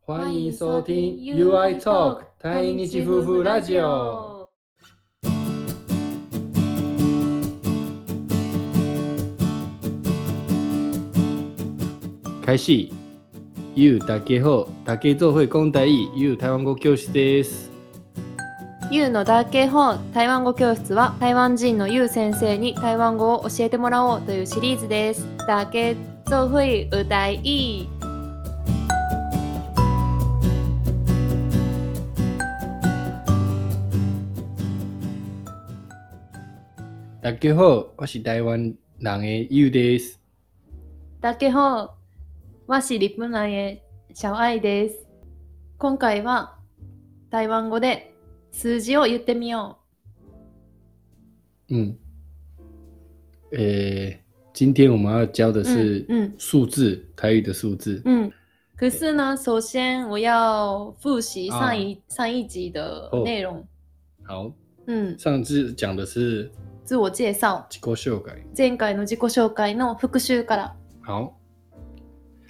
欢迎收听 UI Talk 台日夫婦ラジオ。開始 You だけほだけぞ会講台语 You 台湾語教師です。ゆうのだけ本台湾語教室は台湾人のゆう先生に台湾語を教えてもらおうというシリーズです。だけぞふいうたい。だけほ我是台湾人的 You です。だけ本わしリプナへシャワイです。今回は台湾語で数字を言ってみよ嗯，呃，今天我们要教的う。是嗯数字，台语的数字。嗯。嗯可是呢，首先我要复习上一、上一集的内容。好，嗯，上次讲的是自我介绍。自己紹介。前回の自己紹介の復習から好，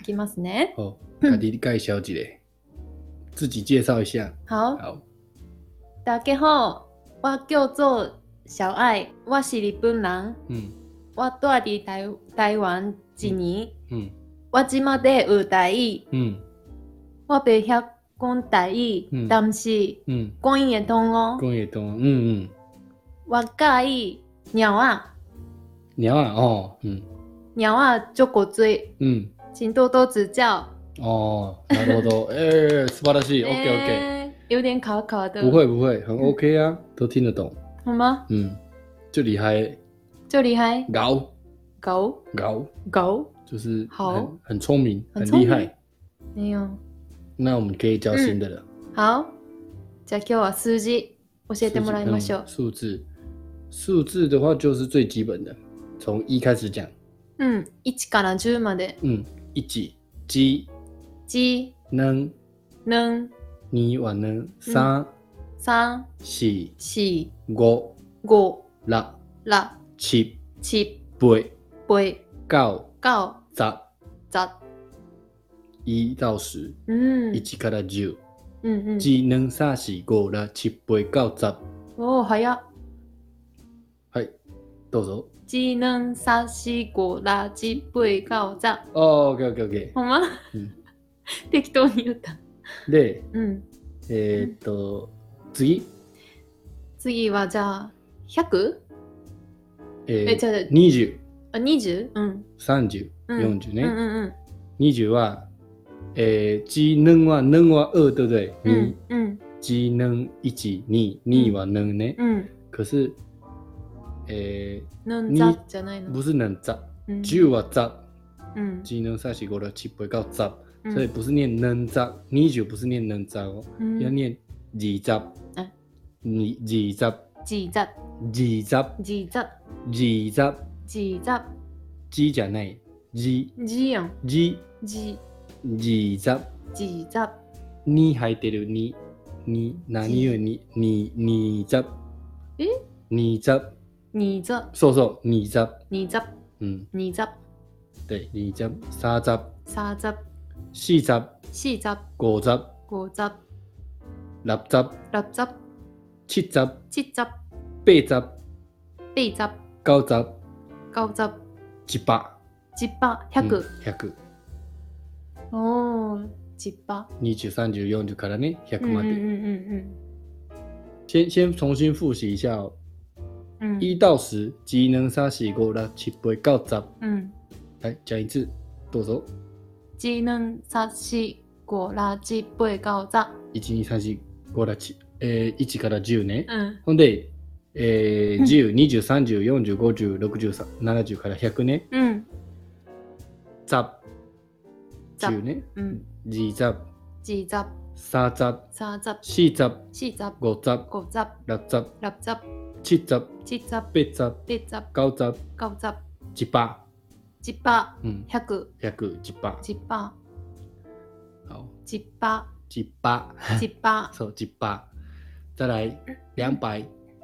いきますね。哦，嗯自己介绍一下，自己介绍一下。好，好，大家好，我叫做小爱，我是日本人，嗯我住伫台台湾一年，嗯我即马在学台语，嗯我袂晓讲台语，嗯但是嗯，讲伊会通哦。公也东，嗯嗯，我喜意猫仔，鸟啊，哦，嗯猫仔足够多，嗯，请多多指教。哦，なるほど， 哎，素晴らしい，OK OK，诶有点卡卡的，不会不会，嗯很 OK 啊，都听得懂，好吗？嗯，就厉害，就厉害，高狗高。狗，就是好很很聪明，很很聪厉明嗯害。没有。那我们可以教新的了，好，じゃあ今日は数字教えてもらいましょ嗯う。数字，数字的话就是最基本的，从一开始讲。うん、1から10まで。嗯，一几几1、能2、你我能嗯三3、四4、五5、六6、七7、八8、九9、十10。一到十，うん。一から十，うんうん、一能三四五六七八九十。おお、早っ。はい、どうぞ。 1、2、3、4、5、6、7、8、9、10。哦，OK OK OK。ほんま、うん 適当に言った。で、うん。えーっと次。次はじゃあ、100? ええ、じゃあ、 20、あ 20? うん。 30、うん40うんね。うん20は、えー、技能は能は2对不对？うん。う你んうん技能1、2、2は能ね。うん。可是、えなんざじゃないー、の。不是能ザ、うん10はザ、うん技能三十五六七八九ザ，うん所以不是念能ザ，20不是念能ザ哦，うん要念二ザあ。二二ザ、じいざ二ザ、じいざ二ザ、じいざ字じゃない。字、じいやん字、じ二ザ。じいざに入ってるに、に、何よに、に、にざ。えにざ。にざそうそう、にざ。にざうん、にざで、にざ。さざ。さざしざ。しざござ。ござらざ。らざちざ。ちざべざ。べいざがおざ。がおざじば。じっぱ100、百。おーじっぱ二十、三十、四十からね、百まうんで。うん先先重新复习一下哦。うんうん一到十，技能三四五六七八九十。うん来讲一次，どうぞ。じぬんさしごらじっぽいがおざ一二三四五六七。えー、一から十ね。うんほんで、えー、う10、ん20、30、40、50、60、70から100ね。うんザッ、ざ10ね。うんジザッ、じざサーザッ、さざシーザッ、しざゴザッ、ござラッザッ、らざチッザッ、ちざベザッ、べざガウザッ、ガウザジパ。ジッパうん。 100 100、ジパ。ジッパ好ジッ パジパ。ジッパそう、ジパ。再来、2百、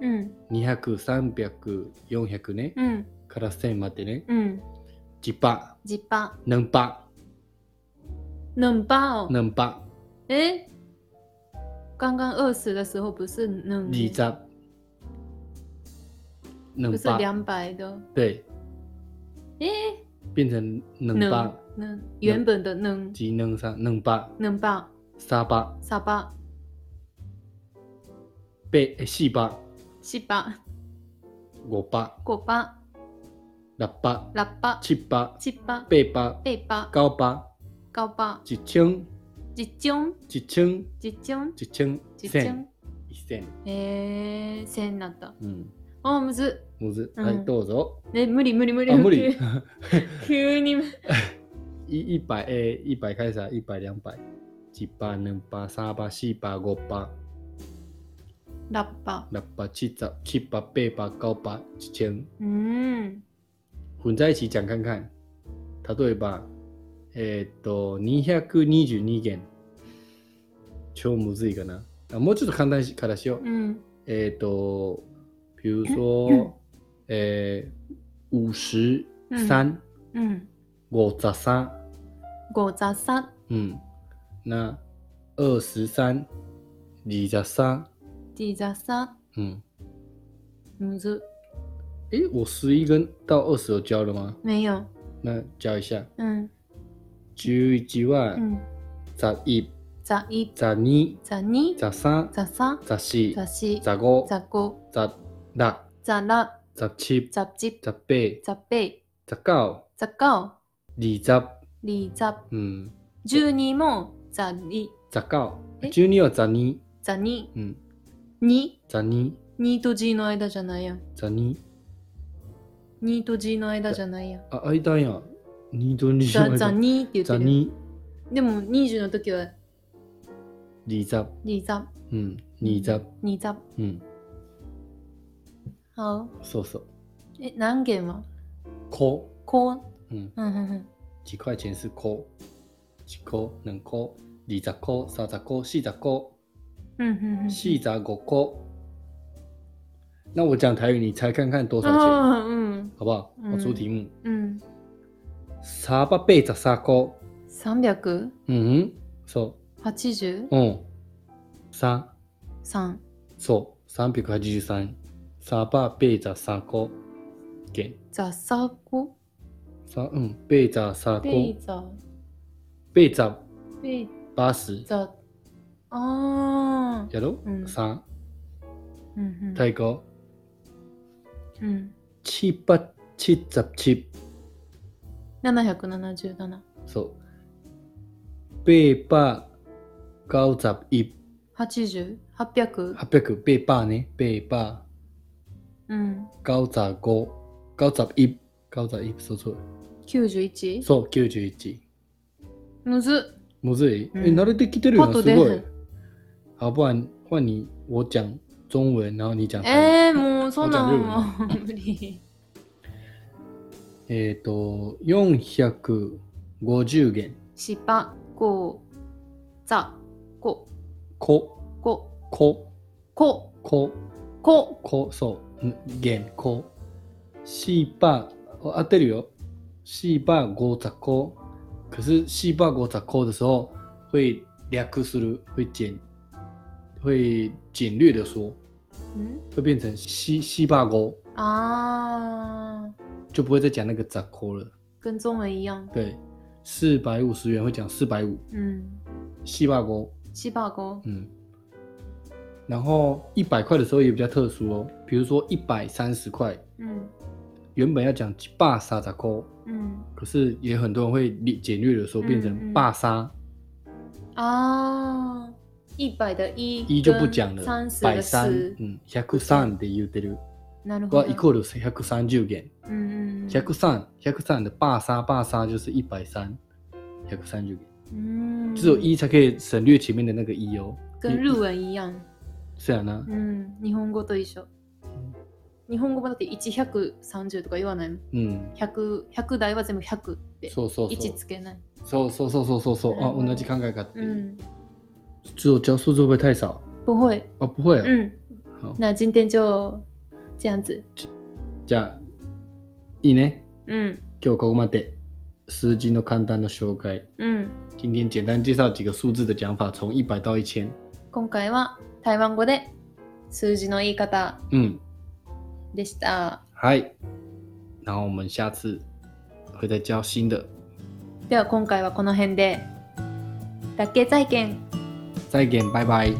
うん200、300、400ね。うんから1000までね。うんジパ、ジッパ何パ、ヌンパオ何パ、诶，刚刚饿死的时候不是能二十，不两是百，两百的，对，诶，变成两百能能原本的能至两三两百能吧，三百三百、八四百四百、五百五百、六百六百、七百七百、八百八百、九百九百、一千一千、一千一千、一千一千千。一千えー、1000になった。うんあー、むずっ。むずうんはいどうぞね、無理無理無 理。あ無理急急に。一一百え一百开始啊一百两百一百两百三百四百五百ラッパ。六百七十七百八百九百一千うーん。混在一起讲看看。例えば、えーっと、222元。超むずいかな。あもうちょっと簡単にしからしよう。うん。えーっと、比如说、えー、五十三、うん。五十三、五十三、うん。那、二十三、二十三、二十三、うん。むず。诶，我十一跟到二十有教了吗？没有。那教一下。うん。十一はう、ん。十一、ざ一、十二、ざ二、十三、ざ三、十四、ざ四、十五、ざ五、十六、ざ六、十七、ざ七、十八、ざ八、十九、ざ九、二十、二十、うん、十二もざ二、十九え。十二は十二、ざ二、うん、二、十二、二と G の間じゃないやん。十二。二と G の間じゃないやん。あ、間やん。二と二十ざざ二って言って十る。二、でも二十の時は二十、二十、うん、二十、二十。うん、好。そうそう。え、何件はここう、うん、う。うんうんうん。几块钱是こう。一個、二個、二十個、三十個、四十個、うんうんうん。四十五個。那我讲台语，你猜看看多少钱，あーうん好不好？我出嗯题目。うん。三百八十三個。三百うん、そ八十う。うん。三、三そう。三百八十三。三百八十三個。元。ザサコ三、うん。八十三個。ベイザ八十ベイ八十。ザあーやろうん三。うんうん太鼓。うん七百七十七。 777そう。八百九十一。 80 800八百八百ね。八うん百九十五。九十一。九十一。そうそう。 91そう、九十一。むずっむずい、うんえ、慣れてきてるよパッな、とす出ごへいん。好，不然换你，我讲中文，然后你讲。えー、もうそんなんあ はもう無理えっ、と、四百五十元。シパコザコこ、コこ、コこ、コこ、そう、ん元、こ。四百、哦合ってるよ。四百五十こ。可是四百五十こ的时候，会略する，会简，会简略的说，ん会变成四四百五，あー就不会再讲那个十こ了。跟中文一样对，四百五十元会讲四百五，うん西坝沟，シバゴ嗯。然后一百块的时候也比较特殊哦，比如说一百三十块，うん原本要讲坝沙咋扣，うん可是也很多人会略简略的说变嗯成嗯坝沙，ああ、一杯的一一就不讲了三，十百的三四，，嗯，百三で言ってる。なるほ哇ど。 ，equal 是百三十元，嗯嗯百三百三的坝沙坝沙就是一百三，百三十元，嗯，只有一才可以省略前面的那个一哦。跟日文一样，虽然呢，嗯，日本語と一緒。日本語もだって一百三十とか言わないもん。嗯，百百台は全部百ってそうそうそう。一つけない。そうそうそうそうそうそう。あ、うん同じ考えかっていうう。ん，只有教数字会不会太少？不会。啊，不会啊。嗯好，那今天就这样子。じゃあいいね。嗯今日ここまで数字の簡単な紹介。嗯，今今天简单介绍几个数字的讲法，从一百到一千。今回は台湾語で数字の言い方嗯，でした。嗨，然后我们下次会再教新的。では今回はこの辺で。だっけ再見再见，拜拜。